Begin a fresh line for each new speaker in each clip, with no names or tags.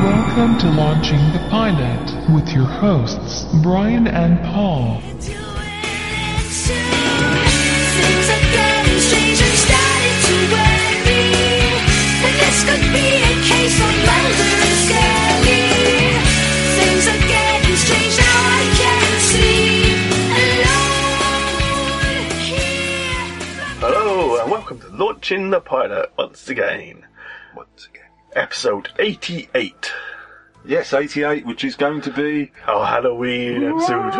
Welcome to Launching the Pilot with your hosts, Brian and Paul.
Hello and welcome to Launching the Pilot once again.
Once again.
Episode 88.
Yes, 88, which is going to be.
Our Halloween episode.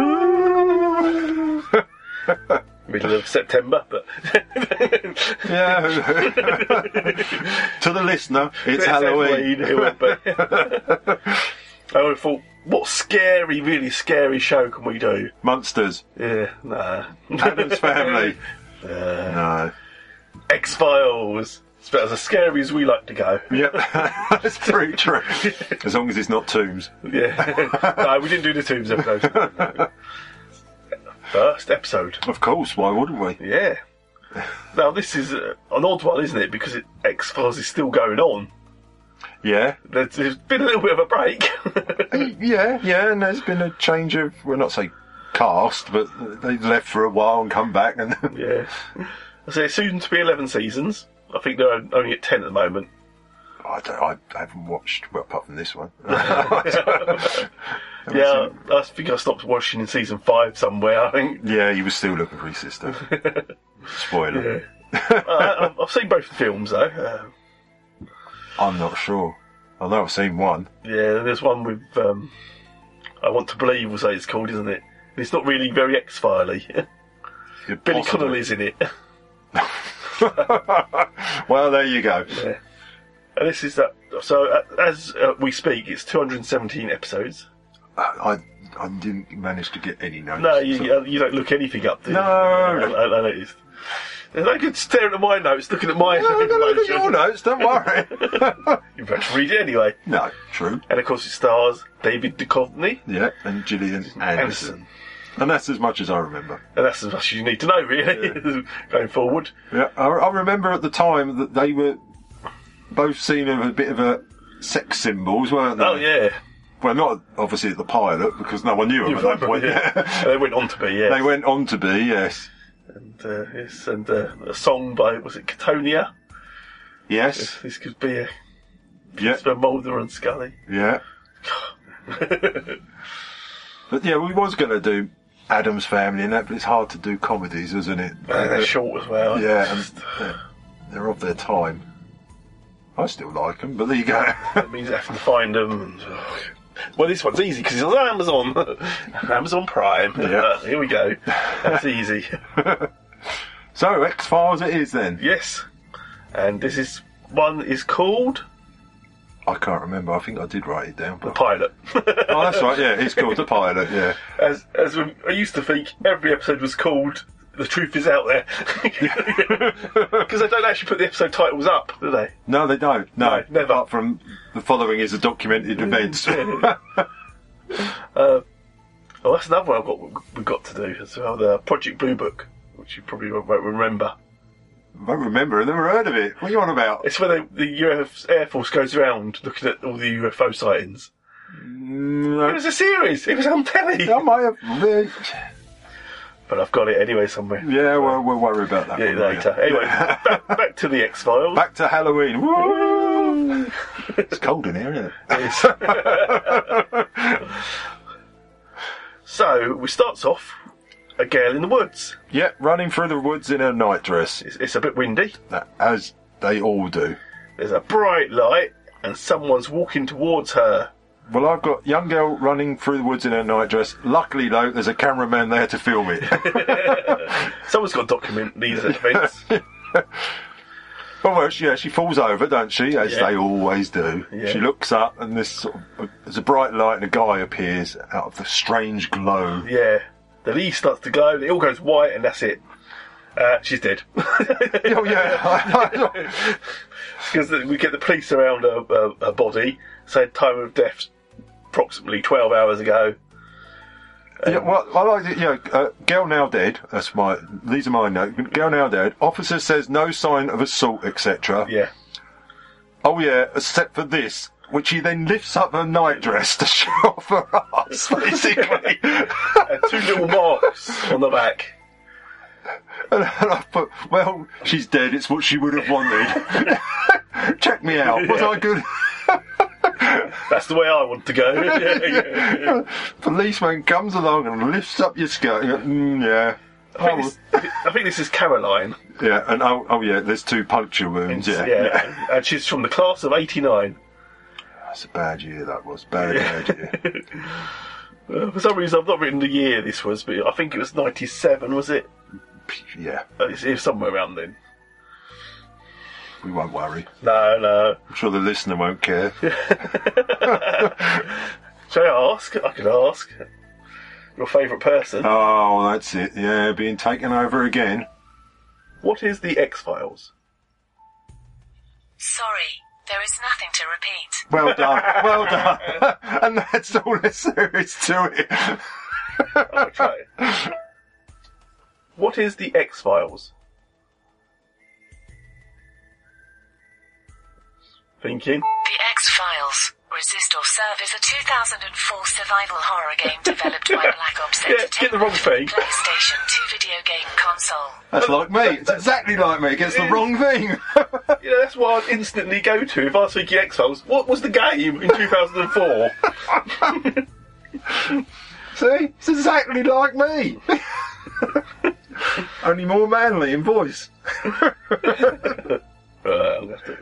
Middle of September, but
Yeah. to the listener, it's Halloween.
It went back. I thought, what scary, really scary show can we do?
Monsters.
Yeah, nah.
Adam's family. no.
X Files. It's about as scary as we like to go.
Yep. That's pretty true. As long as it's not tombs.
Yeah. no, we didn't do the Tombs episode. First episode.
Of course, why wouldn't we?
Yeah. Now, this is uh, an odd one, isn't it? Because X Files is still going on.
Yeah.
There's, there's been a little bit of a break.
Mm. Yeah, yeah, and there's been a change of, well, not say cast, but they left for a while and come back and.
yeah. So it's soon to be 11 seasons. I think they're only at 10 at the moment.
I, don't, I haven't watched, well, apart from this one.
Yeah, I think I stopped watching in season 5 somewhere, I think.
yeah, he was still looking for his sister. Spoiler.
I, Uh, I've seen both films, though. Uh,
I'm not sure. I know I've seen one.
Yeah, there's one with um, I want to believe, was it's called, isn't it? And it's not really very X Filey. Billy
Possibly.
Connolly's in it,
Well, there you go.
and this is that. So uh, as uh, we speak, it's 217 episodes.
I, I didn't manage to get any notes.
No, you, uh, you don't look anything up. Do you?
No.
I, I, I noticed. There's no good staring at my notes, looking at my
No, I don't look at your
information.
notes, don't worry.
You better read it anyway.
no, true.
And of course, it stars David Duchovny
Yeah, and Gillian Anderson.
Anderson.
And that's as much as I remember.
And that's as much as you need to know, really, going forward.
Yeah, I, I remember at the time that they were both seen as a bit of a sex symbols, weren't they?
Oh, yeah.
Well, not obviously at the pilot, because no one knew them at that point.
Yeah. they went on to be, yeah.
they went on to be, yes.
and uh, yes, and uh, a song by was it Catonia?
Yes.
This could be a
Yeah.
it's by Mulder and Scully.
Yeah. but yeah, we was going to do Adam's Family and that, but it's hard to do comedies, isn't it?
And they're short as well.
Uh, Yeah, and they're, they're of their time. I still like them, but there you go.
that means I have to find them. And, well, this one's easy because it's on Amazon, Amazon Prime.
Yeah.
here we go. That's easy.
so X Files it is then.
Yes, and this is one is called
I can't remember. I think I did write it down.
the
But...
pilot.
Oh, that's right. Yeah, it's called the pilot. Yeah.
as as we, I used to think, every episode was called "The Truth Is Out There" because they don't actually put the episode titles up, do they?
No, they don't. No,
No, never.
Apart from the following is a documented event.
Oh, that's another one I've got, we've got to do as well. The Project Blue Book, which you probably won't remember.
I don't remember. I've never heard of it. What are you on about?
It's where they, the UF Air Force goes around looking at all the UFO sightings. It
No.
was a series. It was on telly.
I might have.
But I've got it anyway somewhere.
Yeah, well, we'll worry about that.
Yeah,
one
later. Anyway, back, back to the X Files.
Back to Halloween. Woo! it's cold in here, isn't it?
so we starts off a girl in the woods.
Yep, running through the woods in a nightdress,
It's, it's a bit windy.
That- as they all do.
There's a bright light, and someone's walking towards her.
Well, I've got young girl running through the woods in her nightdress. Luckily, though, there's a cameraman there to film it.
Someone's got to document these events.
well, well, she, yeah, she falls over, don't she? As
Yeah.
they always do.
Yeah.
She looks up, and this sort of, uh, there's a bright light, and a guy appears out of the strange glow.
yeah, the leaf starts to glow. It all goes white, and that's it. Uh, she's dead.
oh yeah,
because we get the police around her, her, her body, said time of death approximately 12 hours ago.
Yeah, well, I like it. Yeah, uh, girl now dead. That's my. These are my notes. Girl now dead. Officer says no sign of assault, etc.
Yeah.
Oh yeah, except for this. which he then lifts up her nightdress to show off her ass, basically.
and two little marks on the back.
And I put, well, she's dead. It's what she would have wanted. Check me out. Was I good?
That's the way I want to go. Yeah, yeah, yeah.
Policeman comes along and lifts up your skirt. And, mm, yeah.
I, think this, I think this is Caroline.
Yeah, and oh, oh yeah, there's two puncture wounds. Yeah, yeah.
And she's from the class of 89.
That's a bad year. That was bad, bad year.
Uh, for some reason, I've not written the year this was, but I think it was 97, was it?
Yeah,
Uh, It's, it's somewhere around then.
we won't worry.
No, no.
I'm sure the listener won't care.
Shall I ask? I could ask. Your favourite person.
Oh, that's it. Yeah, being taken over again.
what is the X Files?
Sorry, there is nothing to repeat.
Well done, well done. and that's all there is to it.
I'll try it. What is the X Files? Thinking.
The X Files. Resist or Serve is a 2004 survival horror game developed by Black Ops
Yeah, get the wrong
Entertainment for
thing.
PlayStation 2 video game console.
That's like me. It's exactly like me. It gets the wrong thing.
You know, that's what I'd instantly go to if I was thinking X Files. What was the game in 2004?
See, it's exactly like me. Only more manly in voice.
uh, I'll have to-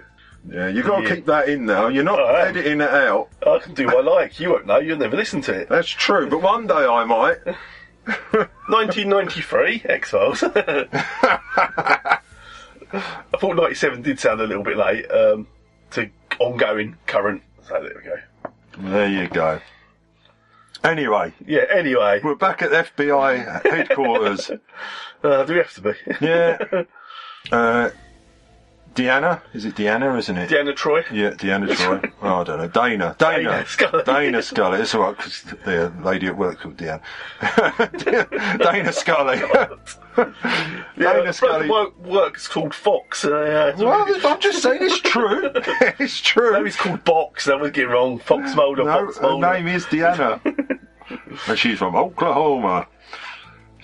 Yeah, you got to
Yeah.
keep that in now. You're not
Alright.
editing it out.
I can do what I like. You won't know. You'll never listen to it.
That's true, but one day I might.
1993, X Files. I thought 97 did sound a little bit late um, to ongoing current. So there we go.
There you go. Anyway,
Yeah, anyway,
we're back at FBI headquarters.
uh, do we have to be?
Yeah. Uh, Deanna? Is it Deanna, isn't it?
Deanna Troy.
yeah, Deanna Troy. Oh, I don't know. Dana. Dana.
Dana Scully.
Dana Scully. It's all right, because the uh, lady at work called Deanna. Dana Scully. Dana Scully.
Work, work's called Fox. Uh, yeah, it's a
Well,
really-
I'm just saying it's true. it's true.
no, he's called Box. That was getting wrong. Fox Mulder,
No,
Fox
her
Mulder.
name is Deanna. and she's from Oklahoma.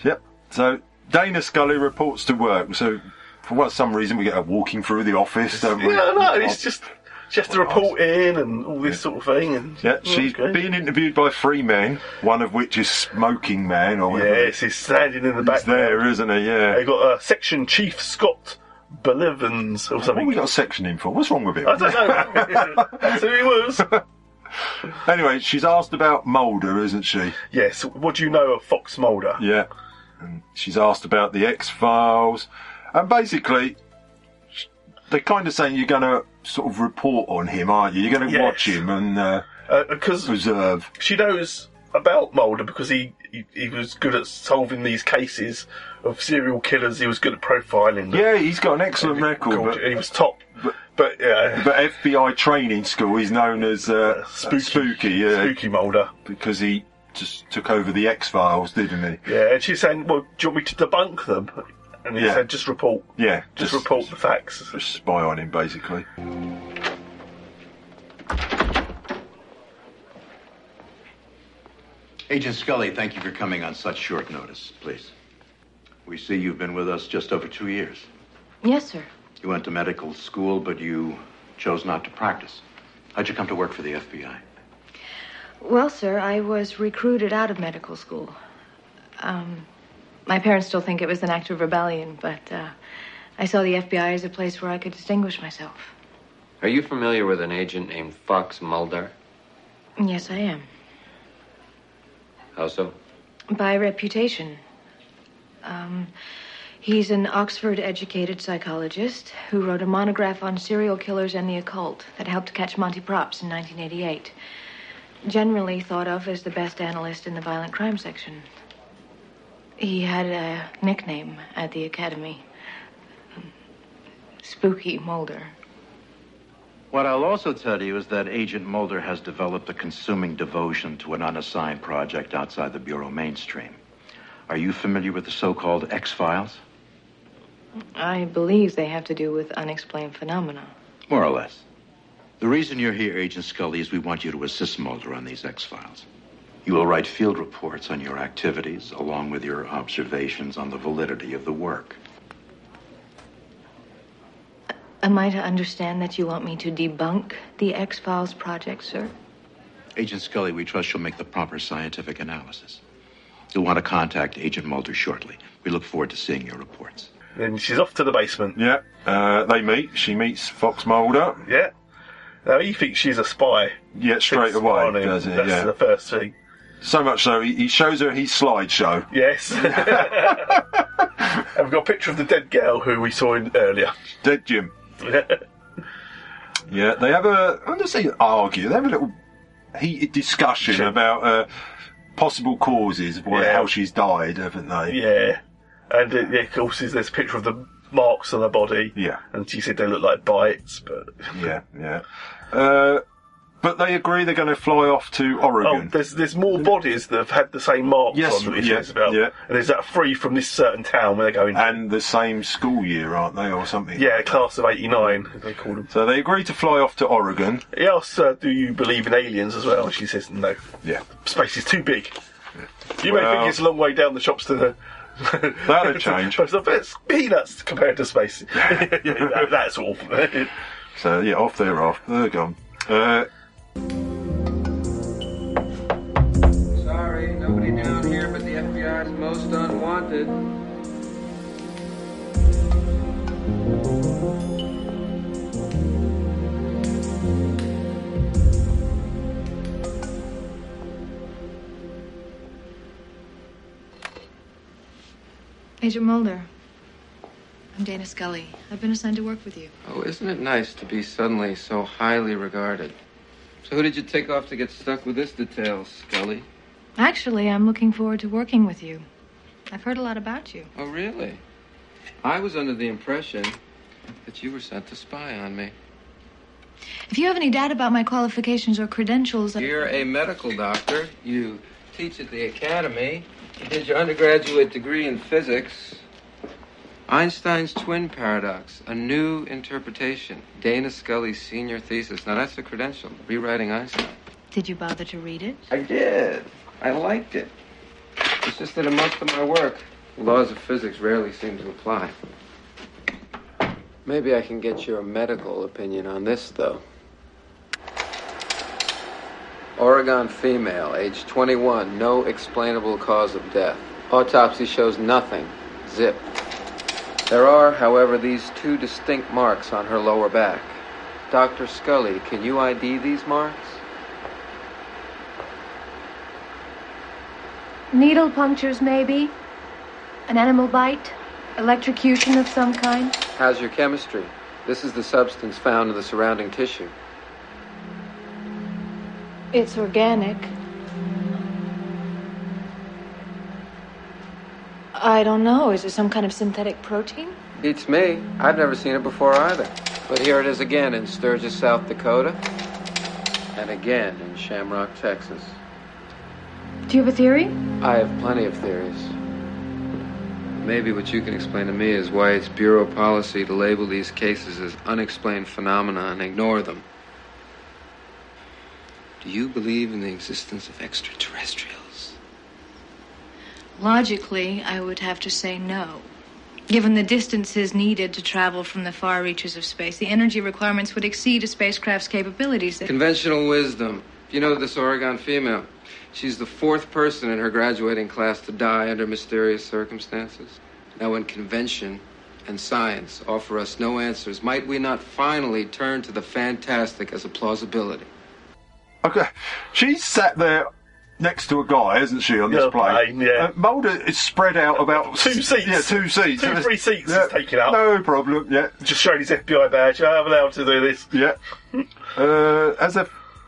Yep. So Dana Scully reports to work. So for what, some reason we get her walking through the office, don't we?
Yeah, no, it's just she has to report in and all this sort of thing. And
Yeah, she's
Mm, Okay.
being interviewed by three men, one of which is Smoking Man or whatever.
Yes, he's standing in the back
He's there, isn't he? Yeah.
They got uh, Section Chief Scott Belivans or
What
something.
we got a section in for? What's wrong with it?
I don't know. That's who he was.
Anyway, she's asked about Mulder, isn't she?
Yes. What do you know of Fox Mulder?
Yeah. And she's asked about the X Files. And basically, sh- they're kind of saying you're going to sort of report on him, aren't you? You're going to
Yes.
watch him and uh,
Because
observe.
she knows about Mulder because he, he he was good at solving these cases of serial killers. He was good at profiling. them.
Yeah, he's got an excellent
Called-
record.
he was top. But yeah,
But, but FBI training school, he's known as uh,
Spooky.
Spooky, yeah,
Spooky Mulder.
because he just took over the X Files, didn't
Yeah, and she's saying, "Well, do you want me to debunk them?" And he
Yeah.
said, "Just report,
he? Yeah,
just, report the facts."
just spy on him, basically.
Agent Scully, thank you for coming on such short notice, please. We see you've been with us just over two years.
Yes, sir.
You went to medical school, but you chose not to practice. How'd you come to work for the FBI?
Well, sir, I was recruited out of medical school. Um, my parents still think it was an act of rebellion, but uh, I saw the FBI as a place where I could distinguish myself.
Are you familiar with an agent named Fox Mulder?
Yes, I am.
How so?
By reputation. Um, he's an Oxford educated psychologist who wrote a monograph on serial killers and the occult that helped catch Monty Props in 1988. Generally thought of as the best analyst in the violent crime section. He had a nickname at the academy Spooky Mulder.
What I'll also tell you is that Agent Mulder has developed a consuming devotion to an unassigned project outside the Bureau mainstream. Are you familiar with the so called X Files?
I believe they have to do with unexplained phenomena.
More or less. The reason you're here, Agent Scully, is we want you to assist Mulder on these X Files. You will write field reports on your activities, along with your observations on the validity of the work.
Am I to understand that you want me to debunk the X Files project, sir?
Agent Scully, we trust you'll make the proper scientific analysis. You'll want to contact Agent Mulder shortly. We look forward to seeing your reports.
Then she's off to the basement.
Yeah, uh, they meet. She meets Fox Mulder.
Yeah. Now he thinks she's a spy.
Yeah, straight
She's a spy
away,
on him.
does it?
That's
Yeah.
the first thing.
So much so, he, he shows her his slideshow.
Yes. and we've got a picture of the dead girl who we saw in earlier.
Dead Jim. Yeah, they have a. I'm just saying, argue. They have a little heated discussion about uh, possible causes of why,
Yeah.
how she's died, haven't they?
yeah. And uh, yeah, of course, there's there's a picture of the marks on her body.
Yeah.
And she said they look like bites, but.
yeah, yeah. Uh, but they agree they're going to fly off to
Oh,
Oregon.
there's there's more bodies that have had the same marks
Yes,
on them.
yeah,
about.
yeah. Uh,
And there's that three from this certain town where they're going.
and the same school year, aren't they, or something?
yeah, class of '89. They call them.
So they agree to fly off to Oregon.
He asks, uh, "Do you believe in aliens as well?" And she says, "No,
Yeah.
space is too big. You may
Well-
think it's a long way down the shops to the."
That'll change.
Post office. It's peanuts compared to space. Yeah, that- that's awful.
So yeah, off they're off. They're gone. Uh,
Sorry, nobody down here but the FBI's most unwanted.
Agent Mulder. I'm Dana Scully. I've been assigned to work with you.
Oh, isn't it nice to be suddenly so highly regarded? So who did you take off to get stuck with this detail, Scully?
Actually, I'm looking forward to working with you. I've heard a lot about you.
Oh, really? I was under the impression that you were sent to spy on me.
If you have any doubt about my qualifications or credentials, uh, I-
You're a medical doctor. You teach at the academy. You did your undergraduate degree in physics. Einstein's twin paradox, a new interpretation. Dana Scully's senior thesis. Now that's a credential, rewriting Einstein.
did you bother to read it?
I did. I liked it. It's just that amongst my work, laws of physics rarely seem to apply. Maybe I can get your medical opinion on this, though. Oregon female, age 21, no explainable cause of death. Autopsy shows nothing. Zip. There are, however, these two distinct marks on her lower back. Dr. Scully, can you ID these marks?
Needle punctures, maybe? An animal bite? Electrocution of some kind?
How's your chemistry? This is the substance found in the surrounding tissue.
It's organic. I don't know. Is it some kind of synthetic protein?
Beats me. I've never seen it before either. But here it is again in Sturgis, South Dakota, and again in Shamrock, Texas.
Do you have a theory?
I have plenty of theories. Maybe what you can explain to me is why it's bureau policy to label these cases as unexplained phenomena and ignore them. Do you believe in the existence of extraterrestrials?
Logically, I would have to say no. Given the distances needed to travel from the far reaches of space, the energy requirements would exceed a spacecraft's capabilities.
Conventional wisdom. You know this Oregon female. She's the fourth person in her graduating class to die under mysterious circumstances. Now, when convention and science offer us no answers, might we not finally turn to the fantastic as a plausibility?
okay, she's sat there next to a guy, isn't she, on
Yeah,
this plane?
plane, Oh, yeah.
Uh, Mulder is spread out about
Two
s-
seats.
Yeah, two seats.
Two, three seats is taken up.
No problem. Yeah,
Just showing his FBI badge. "Oh, I'm allowed to do this.
yeah. uh, as they're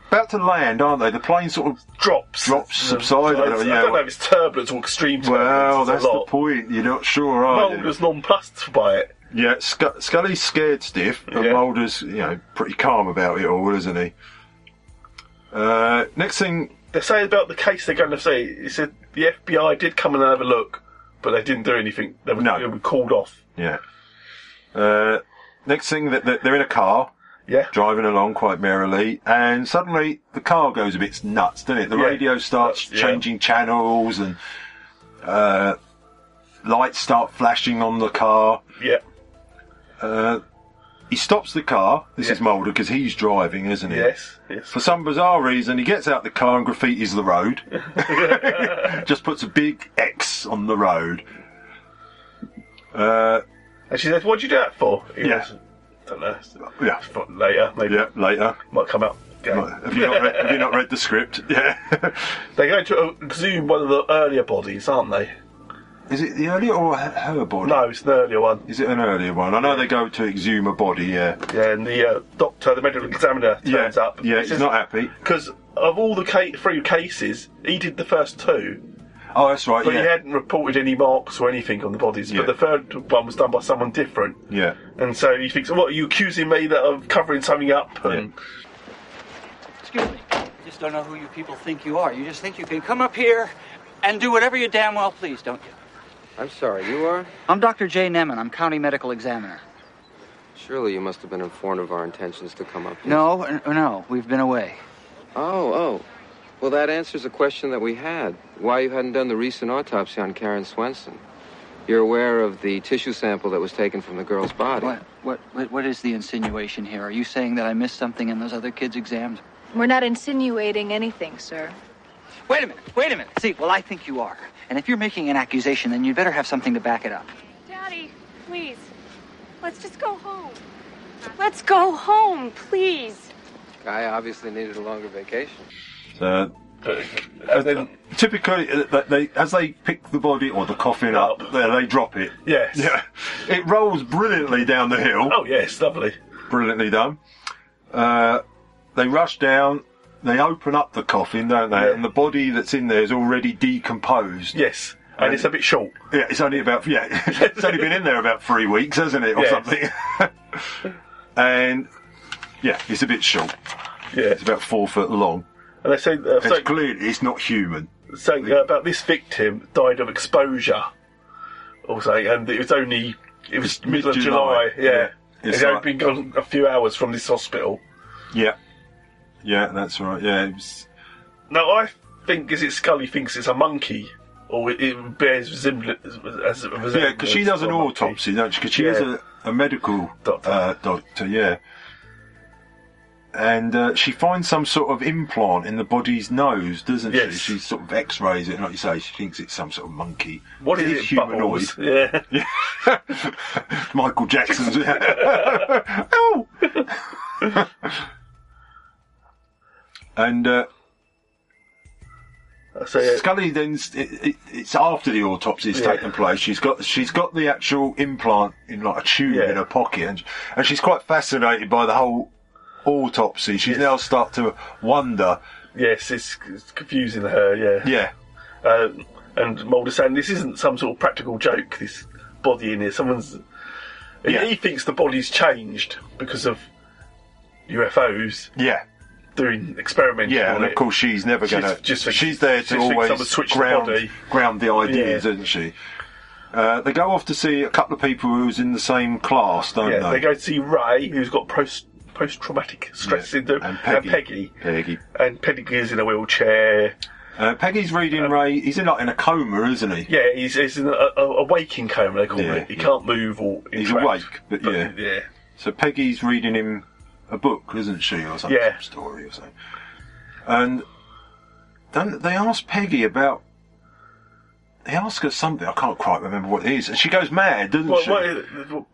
about to land, aren't they? The plane sort of
Drops.
drops, subsides.
I
I
don't
don't know, yeah.
know if it's turbulence or extreme turbulence.
Well,
It's a
that's the
lot.
point. You're not sure, are you?
Mulder's nonplussed by it.
Yeah, Sc- Scully's scared stiff, but
Yeah.
Mulder's, you know, pretty calm about it all, isn't he? Uh, next thing,
They say about the case they're going to say. It said the FBI did come and have a look, but they didn't do anything. They were,
No.
they were called off.
yeah. Uh, next thing that, that they're in a car.
Yeah.
driving along quite merrily, and suddenly the car goes a bit nuts, doesn't it? The
Yeah.
radio starts
Yeah.
changing channels, and uh, lights start flashing on the car.
Yeah.
He stops the car. This
Yeah.
is Mulder because he's driving, isn't he?
Yes. Yes.
For some bizarre reason, he gets out the car and graffitis the road. Just puts a big X on the road. Uh,
And she says, "What'd you do that for?" He
Yeah.
was, don't know.
yeah,
But later, maybe
yeah. Later,
might come out. Going.
have you not read, have you not read the script? Yeah.
They're going to uh, presume one of the earlier bodies, aren't they?
Is it the earlier or her- her body?
No, it's an earlier one.
Is it an earlier one? I know they go to exhume a body, yeah.
Yeah, and the uh, doctor, the medical examiner, turns
yeah,
up.
Yeah, he's not happy.
because of all the ca- three cases, he did the first two,
Oh, that's right,
but
yeah.
he hadn't reported any marks or anything on the bodies.
Yeah.
But the third one was done by someone different.
yeah.
And so he thinks, what, are you accusing me that of covering something up? And
Excuse me. I just don't know who you people think you are. You just think you can come up here and do whatever you damn well please, don't you?
I'm sorry, you are?
I'm Dr. Jay Nemin. I'm county medical examiner.
Surely you must have been informed of our intentions to come up here.
No, n- no, we've been away.
Oh, oh. Well, that answers a question that we had why you hadn't done the recent autopsy on Karen Swenson. You're aware of the tissue sample that was taken from the girl's body.
What, what, what, what is the insinuation here? Are you saying that I missed something in those other kids' exams?
We're not insinuating anything, sir.
Wait a minute. Wait a minute. See, well, I think you are. And if you're making an accusation, then you'd better have something to back it up.
Daddy, please. Let's just go home. Let's go home, please.
Guy obviously needed a longer vacation.
So,
uh, and then,
typically, uh, they- they, as they pick the body or the coffin up,
Up.
they, they drop it.
yes.
Yeah. It rolls brilliantly down the hill.
Oh, yes, lovely.
Brilliantly done. Uh, they rush down. They open up the coffin, don't they?
Yeah.
And the body that's in there is already decomposed.
Yes. And it's a bit short.
Yeah, it's only about yeah, it's only been in there about three weeks, hasn't it, or
Yes.
something? and yeah, it's a bit short.
Yeah.
It's about four foot long.
And they say uh,
It's
so,
clearly it's not human.
something uh, about this victim died of exposure or something, and it was only it was
It's
middle of
mid-July.
July.
Yeah.
Yeah,
It's
it's only
like-
been gone a few hours from this hospital.
Yeah, yeah, that's right. Yeah, it was,
Now I think is it Scully thinks it's a monkey, or it, it bears resemblance as a resemblance
yeah, because she does
to
an
a monkey.
autopsy, don't she? Because she is
Yeah.
a, a medical
Doctor.
Uh, doctor, yeah. And uh, she finds some sort of implant in the body's nose, doesn't
Yes.
she? She sort of X-rays it, and like you say, she thinks it's some sort of monkey.
What
It
is it?
is
Bubbles? Yeah,
Michael Jackson's. Ow! and uh,
so yeah,
Scully then s- it, it, it's after the autopsy's
Yeah.
taken place. She's got she's got the actual implant in like a tube
Yeah.
in her pocket, and and she's quite fascinated by the whole autopsy. She's now start to wonder.
yes, it's, it's confusing her. Yeah,
Yeah,
Uh, and Mulder saying this isn't some sort of practical joke. This body in here, someone's. he-
Yeah.
He thinks the body's changed because of UFOs
yeah,
doing experiments.
yeah.
on
And of
it.
course, she's never
She's
gonna.
just think-
she's there
she
to
thinks someone
always
switched the
ground
body.
ground the ideas,
Yeah.
isn't she? Uh, they go off to see a couple of people who's in the same class, don't
yeah, they
they?
go to see Ray, who's got post post traumatic stress syndrome,
And Peggy.
and uh, Peggy.
Peggy.
And Peggy is in a wheelchair.
Uh, Peggy's reading Ray. He's in like in a coma, isn't he?
Yeah, he's, he's in a, a, a waking coma. They call
Yeah,
it. He
yeah.
can't move or.
He's
interact,
awake, but yeah.
yeah.
So Peggy's reading him a book, isn't she, or some
Yeah.
story or something? And then they ask Peggy about. They ask her something. I can't quite remember what it is, and she goes mad, doesn't
Well,
she?
what, uh,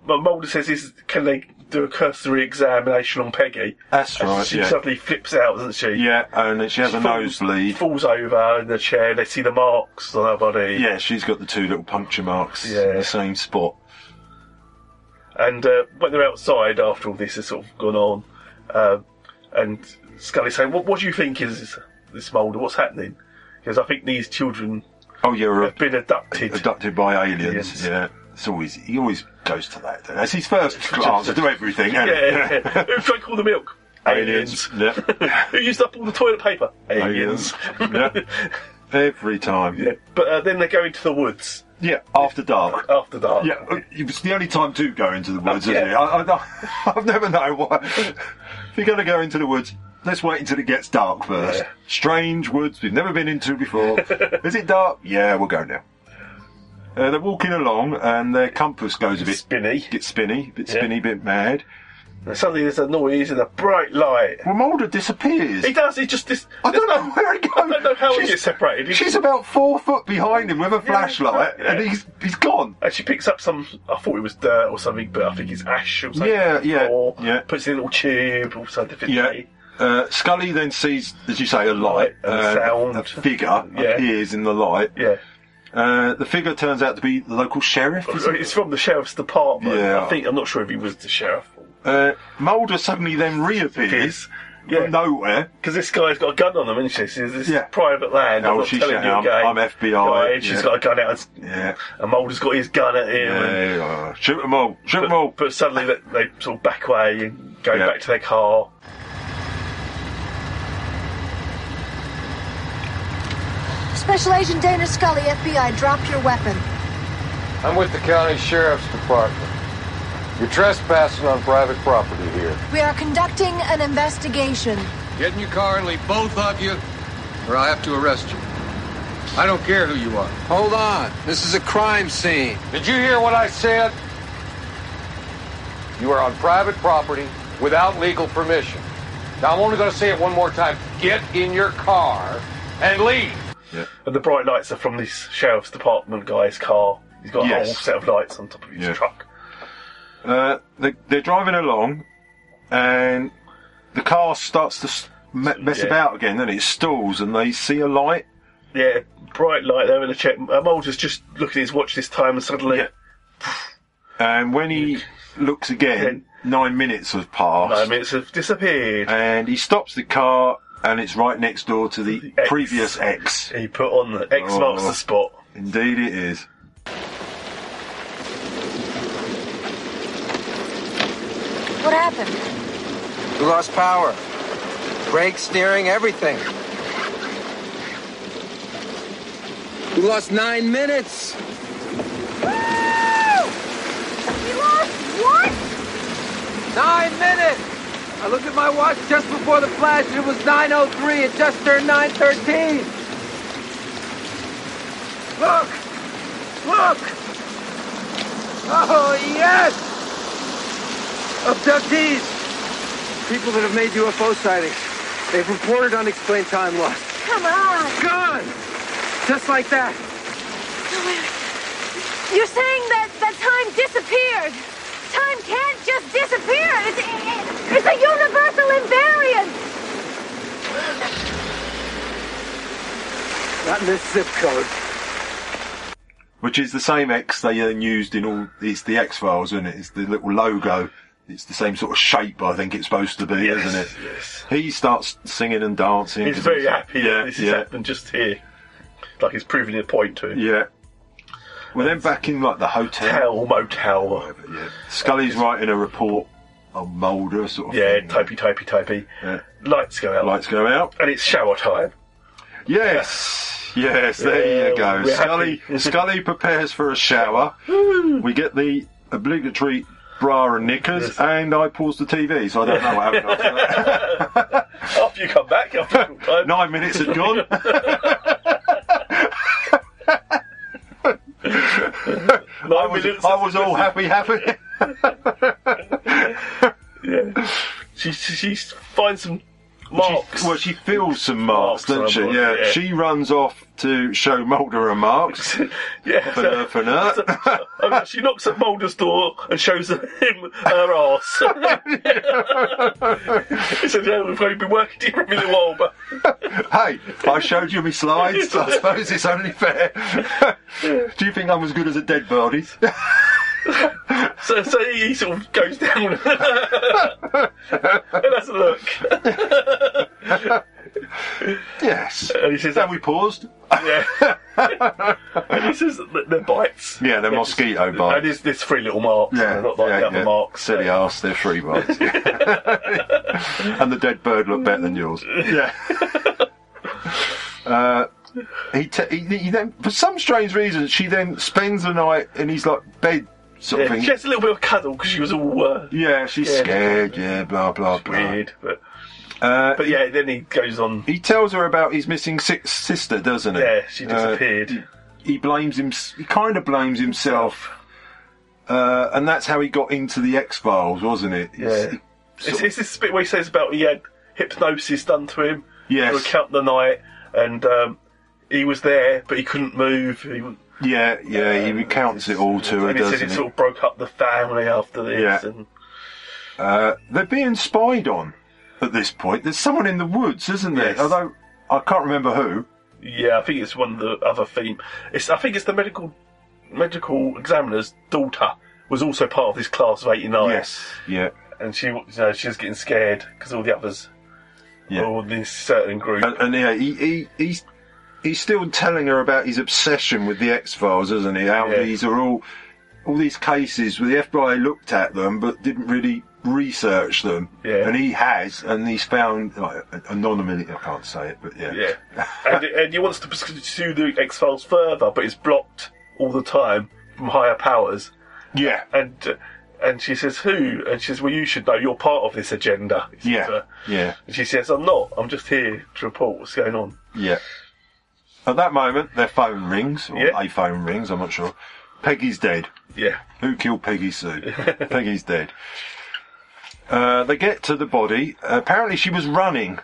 what Mulder says is, can they do a cursory examination on Peggy?
That's
And
right.
She
Yeah.
suddenly flips out, doesn't she?
yeah, and she has a nosebleed.
Falls over in the chair. They see the marks on her body.
Yeah, she's got the two little puncture marks in
Yeah.
the same spot.
And uh, when they're outside after all this has sort of gone on, uh, and Scully's saying, what, what do you think is this, this Mulder? What's happening? Because I think these children
Oh, you're
have been abducted.
abducted by aliens.
Aliens.
Yeah, it's always he always goes to that. That's his first glance to everything.
yeah,
isn't it?
yeah. Who drank all the milk?
Aliens. Yeah.
Who used up all the toilet paper?
Aliens. yeah. Every time.
Yeah. But uh, then they go into the woods.
Yeah, after dark.
After dark.
Yeah, uh, it's the only time to go into the woods, isn't
Oh, Yeah.
it? I, I, I've never known why. if you're going to go into the woods, let's wait until it gets dark first.
Yeah.
Strange woods we've never been into before. Is it dark? Yeah, we'll go now. Uh, they're walking along, and their compass goes a bit
spinny.
Gets spinny, bit
Yeah.
spinny, bit mad.
And suddenly there's a noise and a bright light.
Well, Mulder disappears.
He does. He just this.
I don't know where it goes.
I don't know how he
She's-
gets separated. He-
She's about four foot behind him with a flashlight,
yeah.
and he's he's gone.
and she picks up some. I thought it was dirt or something, but I think it's ash or something.
Yeah, yeah,
Or
yeah.
Puts it in a little tube or something.
Yeah. Uh, Scully then sees, as you say, a light.
And
uh,
sound.
A figure
Yeah.
appears in the light.
Yeah.
Uh, the figure turns out to be the local sheriff. is it?
It's from the sheriff's department.
Yeah.
I think I'm not sure if he was the sheriff.
Uh, Mulder suddenly then reappears
Is. Yeah.
from nowhere.
Because this guy's got a gun on him, and she says, "This is
Yeah.
private land. I'm
Oh,
not
she's
telling
saying,
you
"I'm-
again."
I'm FBI,
Guy, she's
yeah.
got a gun out, and,
Yeah.
and Mulder's got his gun at him. and-
Yeah, uh, shoot them all, shoot
but,
them all.
but suddenly they, they sort of back away and go
Yeah.
back to their car.
Special Agent Dana Scully, FBI, drop your weapon.
I'm with the county sheriff's department. You're trespassing on private property here.
We are conducting an investigation.
Get in your car and leave both of you, or I have to arrest you. I don't care who you are.
Hold on. This is a crime scene.
Did you hear what I said? You are on private property without legal permission. Now, I'm only going to say it one more time. Get in your car and leave.
And the bright lights are from this sheriff's department guy's car. He's got a whole
Yes.
set of lights on top of his
Yeah.
truck.
Uh, they, they're driving along, and the car starts to s- me- mess
Yeah.
about again. Then it stalls, and they see a light.
Yeah, bright light there in the check. Uh, Mulder's just looking at his watch this time, and suddenly
Yeah. And when he looks again, nine minutes have passed.
nine minutes have disappeared.
and he stops the car, and it's right next door to the
X.
previous X.
he put on the X
Oh.
marks the spot.
Indeed, it is.
What happened?
We lost power. Brake, steering, everything. We lost nine minutes.
You lost what?
Nine minutes! I looked at my watch just before the flash and it was 9.03. It just turned 9.13. Look! Look! Oh, yes! Abductees! People that have made UFO sightings. They've reported unexplained time loss.
Come on.
Gone! Just like that.
You're saying that that time disappeared. Time can't just disappear. It's, it's a universal invariance.
Not in this zip code.
Which is the same X they then used in all. It's the X Files, isn't it? It's the little logo. It's the same sort of shape I think it's supposed to be,
Yes,
isn't it?
yes.
He starts singing and dancing.
He's
'cause
very happy
Yeah,
that this has
yeah,
happened just here. Like he's proving a point to him.
yeah. Well, then back in like the hotel.
Hell, motel.
Yeah. Scully's writing a report on Mulder, sort of.
Yeah,
thing.
typey, typey, typey.
Yeah.
Lights go out.
Lights go out.
And it's shower time.
Yes, yes, there you
Yeah,
go.
we're
Scully,
happy.
Scully prepares for a shower. We get the obligatory bra and knickers,
Yes.
and I pause the TV, so I don't know what happened after
After you come back, after you come
that.
back.
Nine minutes had gone. I was,
minutes
I was all happy, happy.
Yeah. She, she, she finds some marks.
Well, she feels some marks,
Marks
doesn't she?
on her
Yeah.
body, yeah.
she runs off to show Mulder her marks.
yeah.
For her, for her.
Uh, she knocks at Mulder's door and shows him her arse. he said, "Yeah, we've only been working together for a little while, but
Hey, I showed you my slides. so I suppose it's only fair. Do you think I'm as good as a dead body?
so so he he sort of goes down and has a look.
yes.
And he says, "Oh,
Then we paused.
yeah. and he says that they're bites.
Yeah, they're mosquito bites.
And there's, there's three little marks. Yeah, not like the other marks.
Silly ass, they're free bites. and the dead bird looked better than yours. Yeah. Uh, He, ta he, he then, for some strange reason, she then spends the night in his like bed sort
Yeah,
of thing.
she has a little bit of a cuddle because she was all. Uh,
yeah, she's
scared.
scared. Yeah, blah blah blah.
Weird, but
Uh,
but yeah, then he goes on.
He tells her about his missing si- sister, doesn't he?
Yeah, she
Uh,
disappeared.
he blames him. He kind of blames himself, uh, and that's how he got into the X Files, wasn't it?
yeah. It's, it's this bit where he says about he had hypnosis done to him
Yes.
to account the night, and um, he was there, but he couldn't move. He, wouldn't-
Yeah, yeah. He recounts it all to her,
and he said
doesn't
it
he?
sort of broke up the family after this.
Yeah.
And,
Uh, they're being spied on at this point. There's someone in the woods, isn't there?
Yes.
Although I can't remember who.
yeah, I think it's one of the other theme. It's I think it's the medical medical examiner's daughter was also part of this class of eighty nine.
Yes. Yeah.
and she you know, she was getting scared because all the others,
Yeah. Uh,
all this certain group.
And, and yeah, he, he he's he's still telling her about his obsession with the X Files, isn't he? How
Yeah.
these are all all these cases where the FBI looked at them but didn't really research them.
Yeah.
And he has, and he's found like, anonymously. I can't say it, but yeah.
Yeah, and, and he wants to pursue the X Files further, but it's blocked all the time from higher powers.
Yeah,
and uh, and she says, "Who?" And she says, "Well, you should know. You're part of this agenda." He says,
Yeah.
uh,
Yeah.
And she says, "I'm not. I'm just here to report what's going on."
Yeah. At that moment, their phone rings, or
Yeah.
a phone rings, I'm not sure. Peggy's dead.
Yeah.
Who killed Peggy Sue? Peggy's dead. Uh, they get to the body. apparently, she was running,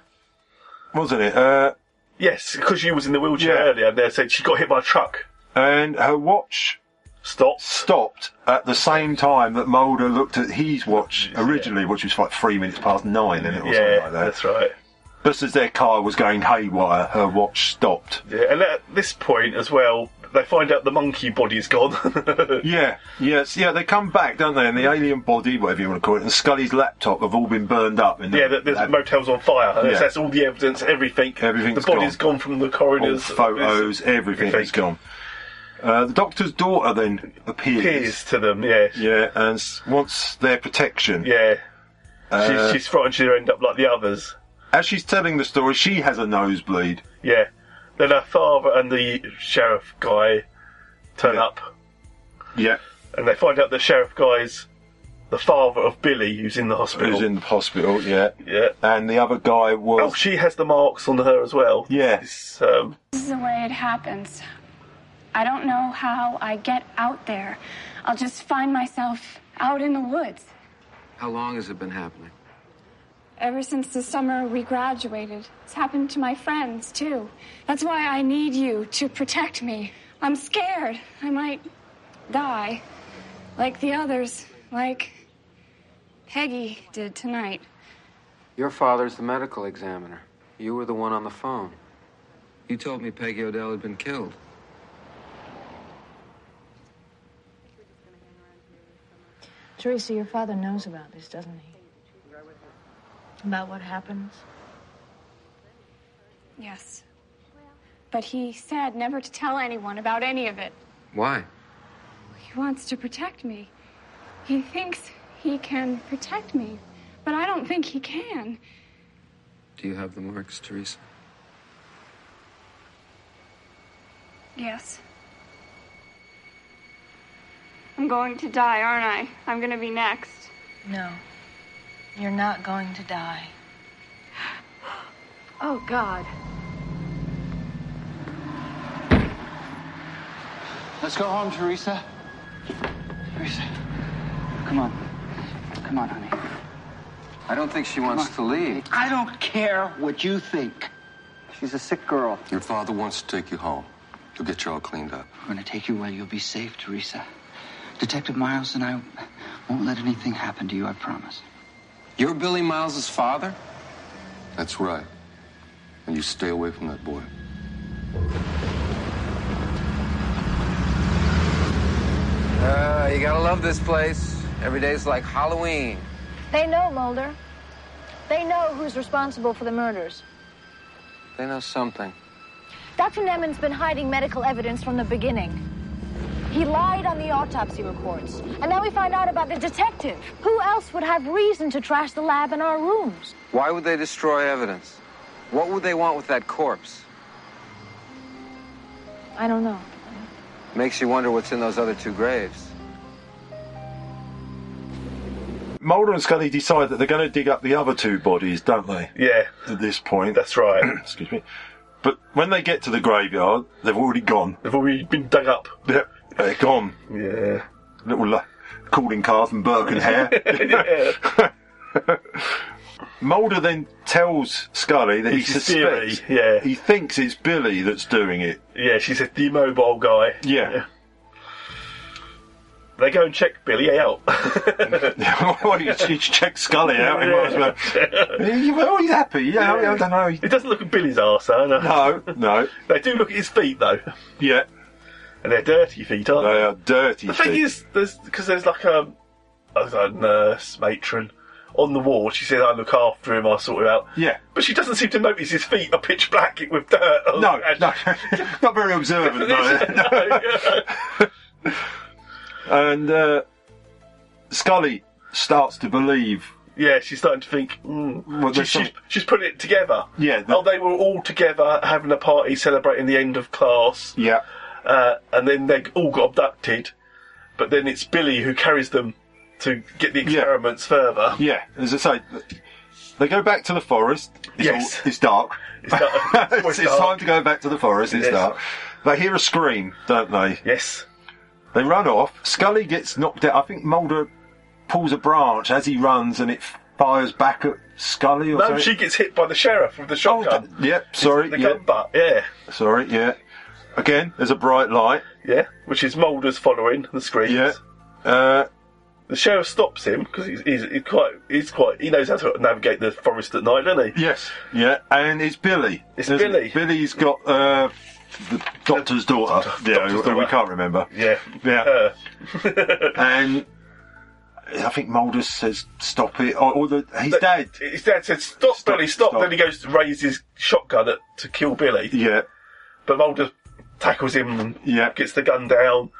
wasn't it? Uh,
Yes, because she was in the wheelchair earlier, and they said she got hit by a truck.
and her watch
stopped.
Stopped at the same time that Mulder looked at his watch originally, which was like three minutes past nine, and it or something
Yeah,
like that.
that's right.
Just as their car was going haywire, her watch stopped.
Yeah, and at this point as well, they find out the monkey body's gone.
Yeah, yes, yeah. They come back, don't they? And the alien body, whatever you want to call it, and Scully's laptop have all been burned up. In the,
yeah, the, the
that-
motel's on fire. and
Yeah.
That's all the evidence, everything.
Everything's
the body's gone, from the
all
corridors.
photos, everything is gone. Uh, the doctor's daughter then appears.
Appears to them, yeah.
Yeah, and s- wants their protection.
Yeah.
Uh,
she's, she's frightened she'll end up like the others.
As she's telling the story, she has a nosebleed.
Yeah. Then her father and the sheriff guy turn up,
Yeah,
and they find out the sheriff guy's the father of Billy, who's in the hospital.
who's in the hospital. Yeah,
Oh. yeah.
And the other guy was.
Oh, she has the marks on her as well.
Yeah.
Um,
This is the way it happens. I don't know how I get out there. I'll just find myself out in the woods.
How long has it been happening?
Ever since the summer we graduated, it's happened to my friends, too. That's why I need you to protect me. I'm scared. I might die. Like the others, like Peggy did tonight.
Your father's the medical examiner. You were the one on the phone. You told me Peggy Odell had been killed.
Teresa, your father knows about this, doesn't he? About what happens?
Yes. But he said never to tell anyone about any of it.
Why?
He wants to protect me. He thinks he can protect me, but I don't think he can.
Do you have the marks, Teresa?
Yes. I'm going to die, aren't I? I'm going to be next.
No. You're not going to die. Oh, God.
Let's go home, Teresa. Teresa, come on. Come on, honey.
I don't think she wants to leave.
I don't care what you think. She's a sick girl.
Your father wants to take you home. He'll get you all cleaned up.
We're going to take you where you'll be safe, Teresa. Detective Miles and I won't let anything happen to you, I promise.
You're Billy Miles's father? That's right. And you stay away from that boy.
Ah,
Uh,
you gotta love this place. Every day's like Halloween.
They know, Mulder. They know who's responsible for the murders.
They know something.
Dr. Neman's been hiding medical evidence from the beginning. He lied on the autopsy reports. And now we find out about the detective. Who else would have reason to trash the lab in our rooms?
Why would they destroy evidence? What would they want with that corpse?
I don't know.
Makes you wonder what's in those other two graves.
Mulder and Scully decide that they're going to dig up the other two bodies, don't they?
Yeah.
At this point.
That's right.
Excuse me. But when they get to the graveyard, they've already gone.
They've already been dug up.
Yep. They're gone.
Yeah.
Little uh, calling card from Birkenhair.
yeah.
Mulder then tells Scully that he
It's his
suspects.
theory, yeah.
He thinks it's Billy that's doing it.
Yeah, she said the immobile guy.
Yeah.
They go and check Billy out.
well, you ch- you check Scully out. He might as well. Yeah, well, he's happy. Yeah, I don't know. It
doesn't look at Billy's arse, though.
No, no.
they do look at his feet, though.
Yeah.
And they're dirty feet, aren't they?
They are dirty
The thing
feet.
is, there's because there's like a, I was a nurse matron on the wall. She said, "I look after him. I sort him out."
Yeah.
But she doesn't seem to notice his feet are pitch black with dirt. On
No, no, not very observant. no. and uh, Scully starts to believe.
Yeah, she's starting to think. Mm,
Well,
she,
there's some-
she's, she's putting it together.
Yeah,
oh, they were all together having a party celebrating the end of class.
Yeah.
Uh, and then they all got abducted, but then it's Billy who carries them to get the experiments further.
Yeah, as I say, they go back to the forest. It's
Yes.
all- it's dark.
It's dark.
it's,
It's
it's
dark.
time to go back to the forest. It's
Yes.
dark. They hear a scream, don't they?
Yes.
They run off. Scully gets knocked out. I think Mulder pulls a branch as he runs, and it fires back at Scully. Or
No,
something.
she gets hit by the sheriff with the shotgun.
Yep. Sorry.
the
Oh, yeah.
gun butt. Yeah.
Sorry. Yeah. Again, there's a bright light.
Yeah, which is Mulder's following the screams. Yeah.
Uh,
the sheriff stops him because he's, he's, he's quite he's quite he knows how to navigate the forest at night, doesn't he?
Yes. Yeah, and it's Billy.
It's
There's-
Billy.
Billy's got uh, the doctor's daughter. yeah,
doctor's
we
daughter.
can't remember.
Yeah. Uh,
Yeah. and I think Mulder says, "Stop it!" Oh, Or, or the, his dad.
His dad said, "Stop, Billy, stop. Then he goes to raise his shotgun at, to kill Billy.
Yeah.
But Mulder tackles him and
Yeah.
gets the gun down,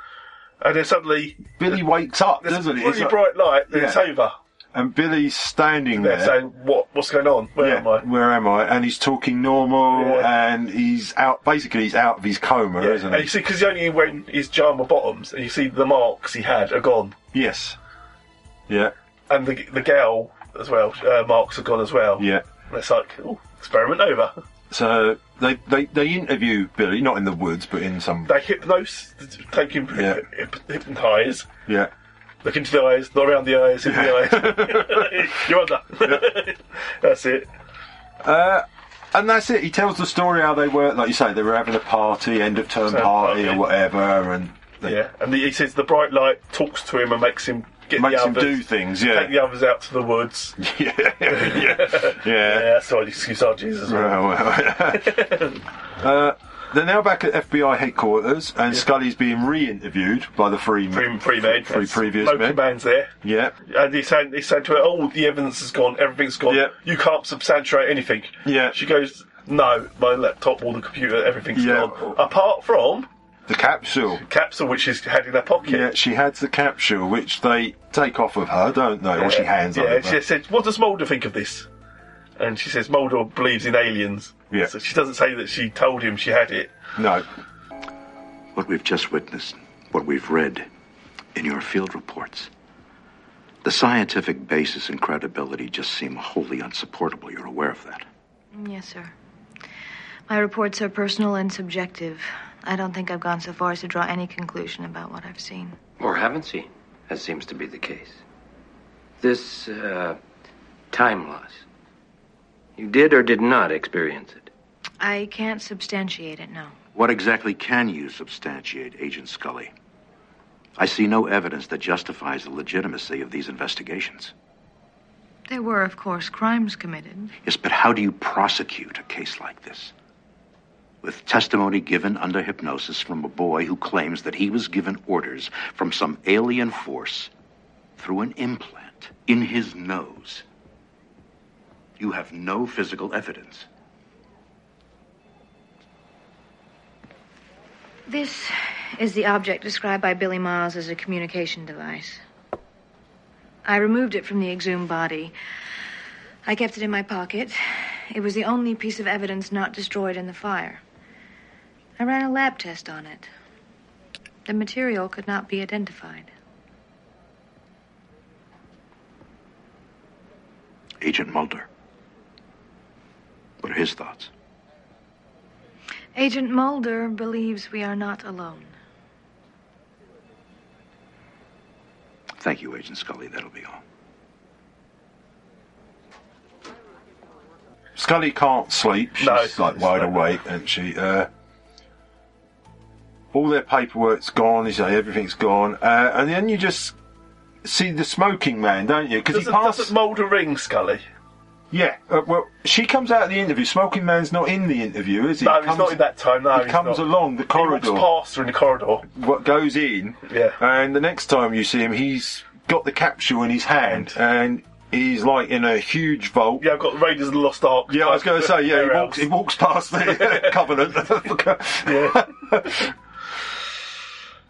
and then suddenly
Billy wakes up,
there's
doesn't
a
he?
Really bright light, and it's
Yeah.
over.
And Billy's standing
They're
there.
saying, "What? What's going on? Where
yeah,
am I?"
where am I? And he's talking normal, and he's out. Basically, he's out of his coma,
Yeah,
isn't
and
he?
you see, because only when his jama bottoms, and you see the marks he had are gone,
Yes. Yeah.
and the the gal as well, uh, marks are gone as well.
Yeah.
and it's like, ooh, experiment over.
So they, they they interview Billy, not in the woods, but in some.
They hypnose, take him,
Yeah.
hyp- hypnotise,
Yeah.
look into the eyes, not around the eyes, in the eyes. You're under. That's it.
Uh, and that's it. He tells the story how they were, like you say, they were having a party, end of term
Term
party,
party.
or whatever, and
Yeah, and the, he says the bright light talks to him and makes him get
Makes
the
him
others,
do things, yeah.
take the others out to the woods.
yeah, yeah, yeah.
That's why excuse our "Oh, Jesus.
Well, uh, they're now back at FBI headquarters, and Scully's being re-interviewed by the three
Three, three men.
three previous
Smoking
men.
man's there.
Yeah,
And he Uh, said, he said to her, "Oh, the evidence is gone. Everything's gone. You can't substantiate anything."
Yeah.
She goes, "No, my laptop, all the computer, everything's
Yeah.
gone. Apart from
the capsule.
capsule, which is had in her pocket."
Yeah, she had the capsule, which they take off of her, don't they? Or she hands
Yeah,
over.
she said, "What does Mulder think of this?" And she says, "Mulder believes in aliens."
Yeah.
So she doesn't say that she told him she had it.
No.
What we've just witnessed, what we've read in your field reports, the scientific basis and credibility just seem wholly unsupportable. You're aware of that.
Yes, sir. My reports are personal and subjective. I don't think I've gone so far as to draw any conclusion about what I've seen.
Or haven't she? That seems to be the case. This uh, time loss. You did or did not experience it.
I can't substantiate it, no.
What exactly can you substantiate, Agent Scully? I see no evidence that justifies the legitimacy of these investigations.
There were, of course, crimes committed.
Yes, but how do you prosecute a case like this? With testimony given under hypnosis from a boy who claims that he was given orders from some alien force through an implant in his nose. You have no physical evidence.
This is the object described by Billy Miles as a communication device. I removed it from the exhumed body. I kept it in my pocket. It was the only piece of evidence not destroyed in the fire. I ran a lab test on it. The material could not be identified.
Agent Mulder. What are his thoughts?
Agent Mulder believes we are not alone.
Thank you, Agent Scully. That'll be all.
Scully can't sleep. She's like wide awake, and she. Uh, all their paperwork's gone. You say everything's gone, uh, and then you just see the smoking man, don't you? Because he
Doesn't-
passes.
doesn't Mulder ring Scully?
Yeah. Uh, well, she comes out of the interview. Smoking man's not in the interview, is he?
No,
He
he's
comes-
not in that time. No,
he
he's
comes
not.
along the corridor.
He walks past her in the corridor.
What goes in? Yeah. And the next time you see him, he's got the capsule in his hand, and he's like in a huge vault.
Yeah, I've got Raiders of the Lost Ark.
Yeah, I was going to say. Yeah, he
Where
walks. He walks past the covenant.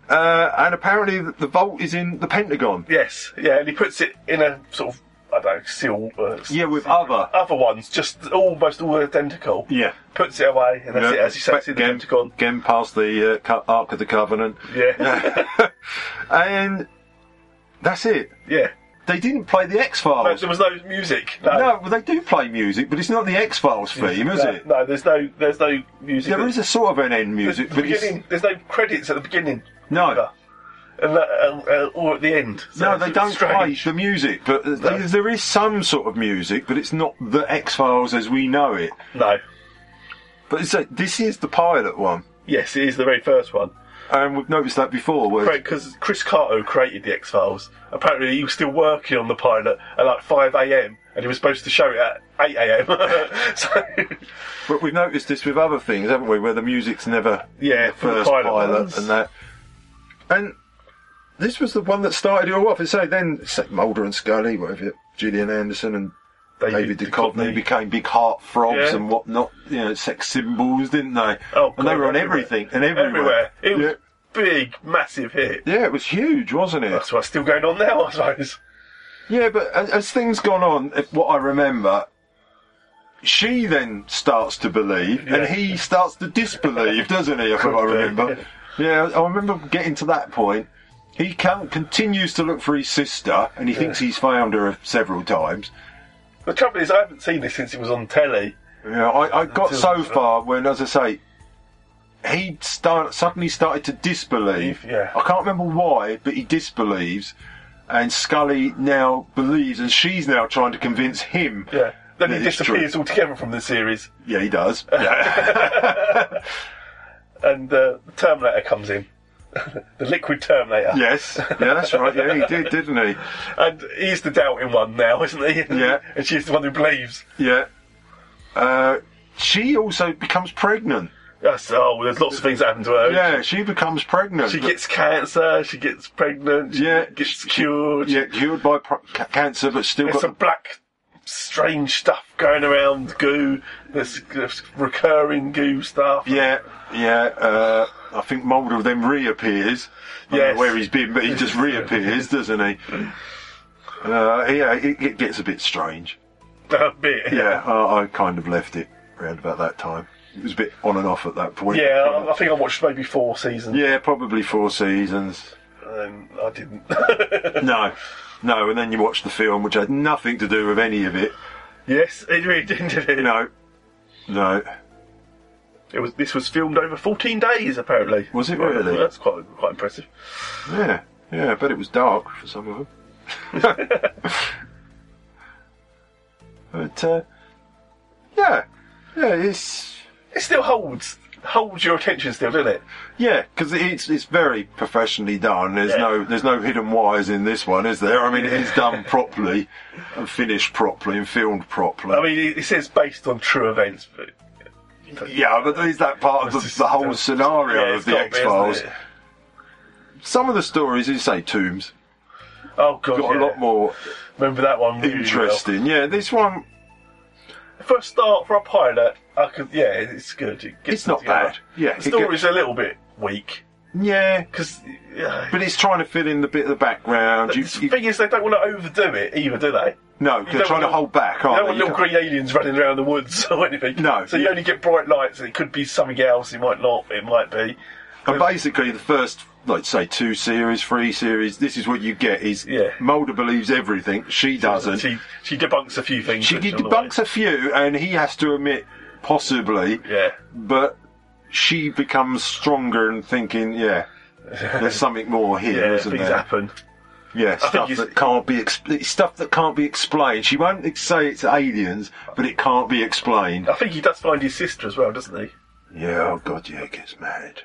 Uh, and apparently, the vault is in the Pentagon.
Yes, yeah, and he puts it in a sort of I don't know seal. Uh,
yeah, with other
other ones, just almost all identical.
Yeah.
puts it away, and that's it. As you say, it's in the
again, again past the uh, Co- Ark of the Covenant.
Yeah.
and that's it.
Yeah.
They didn't play the X Files.
No, there was no music.
No,
No,
well, they do play music, but it's not the X Files theme, is
no,
it?
No, there's no, there's no music.
There is a sort of an end music,
the
but it's,
beginning, there's no credits at the beginning.
No.
And, uh, uh, or at the end. So
no,
it's
they don't
strange.
play the music, but th- there is some sort of music, but it's not the X Files as we know it.
No.
But it's, uh, this is the pilot one.
Yes, it is the very first one.
And we've noticed that before.
Because Chris Carter created the X Files. Apparently, he was still working on the pilot at like 5 a.m. and he was supposed to show it at 8 a.m. so,
But we've noticed this with other things, haven't we? Where the music's never
Yeah,
the
for the
first
pilot
pilot
ones.
and that. And this was the one that started it all off. And so then say, Mulder and Scully, whatever, Gillian Anderson and David, Duchovny became big heart frogs
Yeah.
and whatnot. You know, sex symbols, didn't they?
oh,
and they
God,
were on
everywhere.
everything and everywhere.
It was big, massive hit.
Yeah, it was huge, wasn't it?
That's what's still going on now, I suppose.
Yeah, but as, as things gone on, if what I remember, she then starts to believe, and he starts to disbelieve, doesn't he? If I remember. Yeah, I remember getting to that point. He can, continues to look for his sister, and he thinks he's found her several times.
The trouble is, I haven't seen this since it was on telly.
Yeah, I, I got
Until-
so far when, as I say, he start, suddenly started to disbelieve.
Yeah.
I can't remember why, but he disbelieves, and Scully now believes, and she's now trying to convince him.
Yeah. Then
that
he
it's true.
disappears altogether from the series.
Yeah, he does. Yeah.
and uh, the Terminator comes in. the Liquid Terminator.
yes. Yeah, that's right. Yeah, he did, didn't he?
And he's the doubting one now, isn't he?
Yeah.
and she's the one who believes.
Yeah. Uh, she also becomes pregnant.
Yes, oh, there's lots of things that happen to her.
Yeah, she becomes pregnant.
She gets cancer, she gets pregnant, she
yeah,
gets cured.
Yeah, cured by pro- ca- cancer, but still
There's
got
some black, strange stuff going around, goo. There's, there's recurring goo stuff.
Yeah, yeah. Uh, I think Mulder then reappears. I don't know
Yes.
where he's been, but he just reappears, doesn't he? Uh, yeah, it, it gets a bit strange.
A bit,
Yeah, I, I kind of left it around about that time. It was a bit on and off at that point.
Yeah, I, I think I watched maybe four seasons.
Yeah, probably four seasons.
Um, I didn't.
no, no. And then you watch the film, which had nothing to do with any of it.
yes, it really didn't. Did it?
No, no.
It was. This was filmed over 14 days, apparently.
Was it
Well,
really?
That's quite quite impressive.
Yeah, yeah. I bet it was dark for some of them. But uh, yeah, yeah, it's
it still holds holds your attention still, doesn't it?
yeah, because it's it's very professionally done. There's no there's no hidden wires in this one, is there? I mean, it is done properly, and finished properly, and filmed properly.
I mean, it, it says based on true events, but
yeah, but is that part of the, the whole scenario
yeah,
of
it's
the
got to
X
be,
Files?
isn't it?
Some of the stories, you say tombs,
Oh god,
got
yeah.
a lot more
Remember that one? Really
interesting. Yeah, this one
Well. For a start, for a pilot, I could. Yeah, it's good. It gets
It's not
together.
bad. Yeah,
the
it
story's a little bit weak.
Yeah,
because
but it's trying to fill in the bit of the background. You,
The thing is, they don't want to overdo it either, do they?
no,
You
they're
don't
trying to
want-
hold back,
You don't
aren't they?
want
You
little
can't-
green aliens running around the woods or anything. No. So you only get bright lights, and it could be something else. It might not. It might be.
And basically, the first, like say, two series, three series, this is what you get: is
Yeah.
Mulder believes everything, she doesn't.
She she debunks a few things.
She
which are
debunks a few, and he has to admit, possibly.
Yeah.
But she becomes stronger and thinking, yeah, there's something more here,
Yeah,
not
things
there?
happen.
Yeah,
think
stuff
you-
that can't be exp- stuff that can't be explained. She won't ex- say it's aliens, but it can't be explained.
I think he does find his sister as well, doesn't he?
Yeah, oh god, yeah, it gets mad.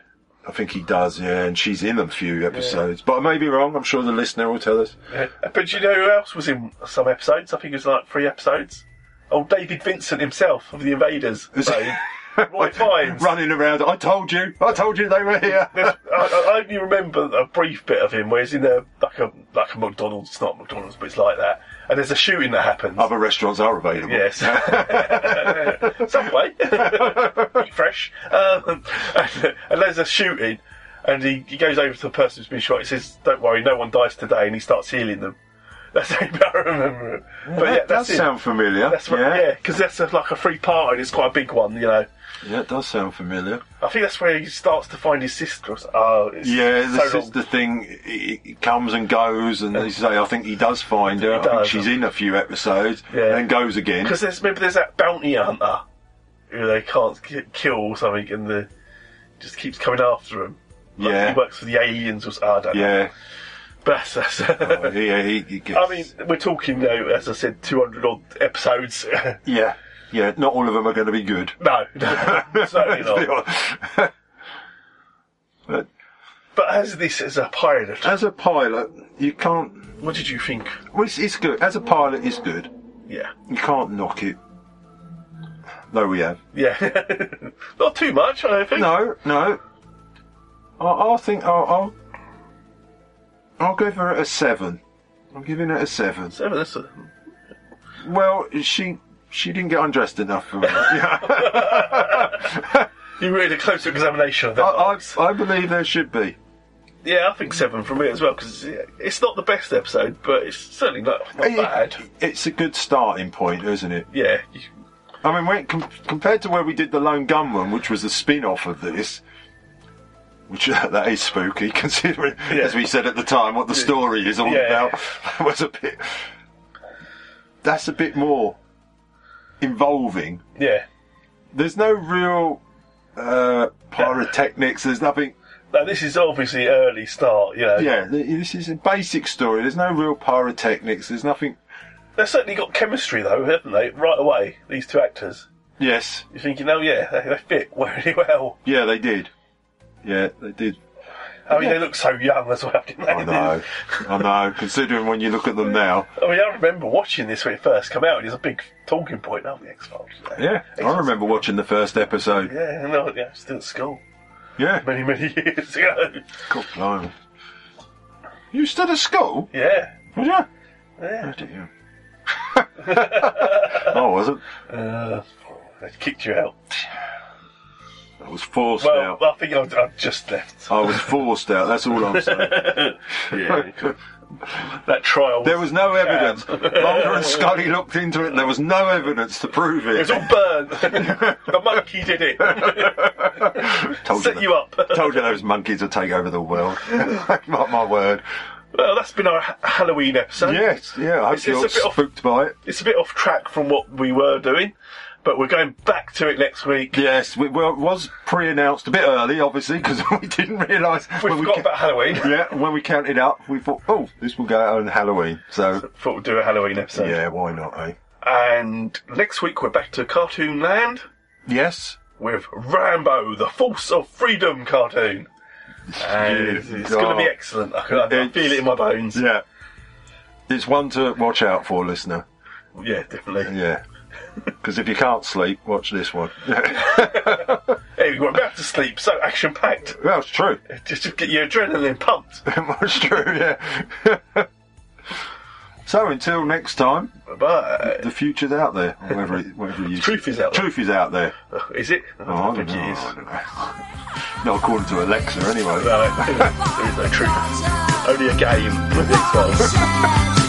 I think he does, yeah, and she's in a few episodes. But I may be wrong, I'm sure the listener will tell us.
Yeah. Uh, But do you know who else was in some episodes? I think it was like three episodes. Old David Vincent himself of the Invaders. mate. Roy Fiennes.
Running around, I told you, I told you they were here.
There's- I, I only remember a brief bit of him where he's in a like a like a McDonald's, it's not McDonald's, but it's like that. And there's a shooting that happens.
Other restaurants are available.
Yes. Subway. Eat fresh. Um, and, and there's a shooting, and he, he goes over to the person who's been shot. He says, Don't worry, no one dies today, and he starts healing them. That's how I remember it.
Yeah,
But yeah,
that
that's it.
does sound familiar.
That's what,
yeah.
yeah, because that's a, like a free part and it's quite a big one, you know.
yeah, it does sound familiar.
I think that's where he starts to find his sister. or so- Oh, it's
Yeah,
so
this
long.
is the thing. It, it comes and goes, and they say, I think he does find her. I think
does.
she's in a few episodes,
Yeah.
and goes again.
Because there's remember there's that bounty hunter who they can't ki- kill or something, and the just keeps coming after him.
Yeah.
he works for the aliens or something. I don't know.
Yeah.
But that's, that's
yeah, he, he gets...
I mean, we're talking though, as I said, 200 odd episodes.
Yeah, yeah, not all of them are going to be good.
no, no, certainly not.
But
But as this as a pilot,
as a pilot, you can't.
What did you think?
Well, it's, it's good. As a pilot, it's good.
Yeah.
You can't knock it. No, we have.
Yeah, not too much, I don't think.
No, no. I, I think I'll, I'll. I'll give her a seven. I'm giving it a seven.
Seven. That's a,
Well, she she didn't get undressed enough for me.
you read a closer examination of that.
I, I, I believe there should be.
yeah, I think seven from me as well because it's not the best episode, but it's certainly not, not
It-
bad.
It's a good starting point, isn't it?
Yeah,
I mean, when, com- compared to where we did the Lone Gunman, which was a spin-off of this, which that is spooky, considering as we said at the time what the story is all
Yeah.
about. That was a bit. That's a bit more involving.
yeah.
There's no real uh, pyrotechnics. There's nothing.
Now this is obviously early start, you know.
Yeah, th- this is a basic story. There's no real pyrotechnics. There's nothing.
They've certainly got chemistry though, haven't they? Right away, these two actors.
Yes.
You're thinking, oh yeah, they, they fit really well.
Yeah, they did. Yeah, they did.
I mean, they look so young as well, didn't they?
I know. I know. Considering when you look at them now.
I mean, I remember watching this when it first came out. It was a big talking point of the X Files.
Yeah, I remember watching the first episode.
Yeah, no, yeah, I was still at school
Yeah.
many, many years ago.
God, blimey. You stood at school?
Yeah,
Was you?
Oh, yeah.
No, I wasn't.
Uh, they kicked you out.
I was forced
Well,
out.
I think I've, I've just left.
I was forced out, that's all I'm saying.
yeah, that trial.
There was no evidence. Mulder and Scully looked into it and there was no evidence to prove
It was
it.
all burned. the monkey did it.
Told
Set
that-
you up.
Told you those monkeys would take over the world. Mark my word.
Well, that's been our Ha- Halloween episode.
Yes, yeah, I hope
It's-
you're
it's a bit off-
spooked by it.
It's a bit off track from what we were doing, but we're going back to it next week.
Yes, we, well, it was pre-announced a bit early, obviously, because we didn't realise.
We
when
forgot about Halloween.
Yeah, when we counted up, we thought, oh, this will go out on Halloween. So,
Thought we'd do a Halloween episode.
yeah, why not, eh?
And next week we're back to Cartoon Land
Yes.
with Rambo, the Force of Freedom cartoon. And
Yeah.
it's going to be
Oh.
excellent. I, can, I can
It's-
feel it in my bones.
Yeah. It's one to watch out for, listener.
Yeah, definitely.
Yeah. Because if you can't sleep, watch this one.
Hey, we're about to sleep, so action packed.
well, it's true.
Just to get your adrenaline pumped.
it's true, yeah. so, until next time,
Bye.
The future's out there, or whatever, it- whatever you
Truth is out there.
Truth is out there.
uh, Is it? I don't
Oh, I
think
don't
it is.
Not according to Alexa, anyway.
No, there is no truth. Only a game.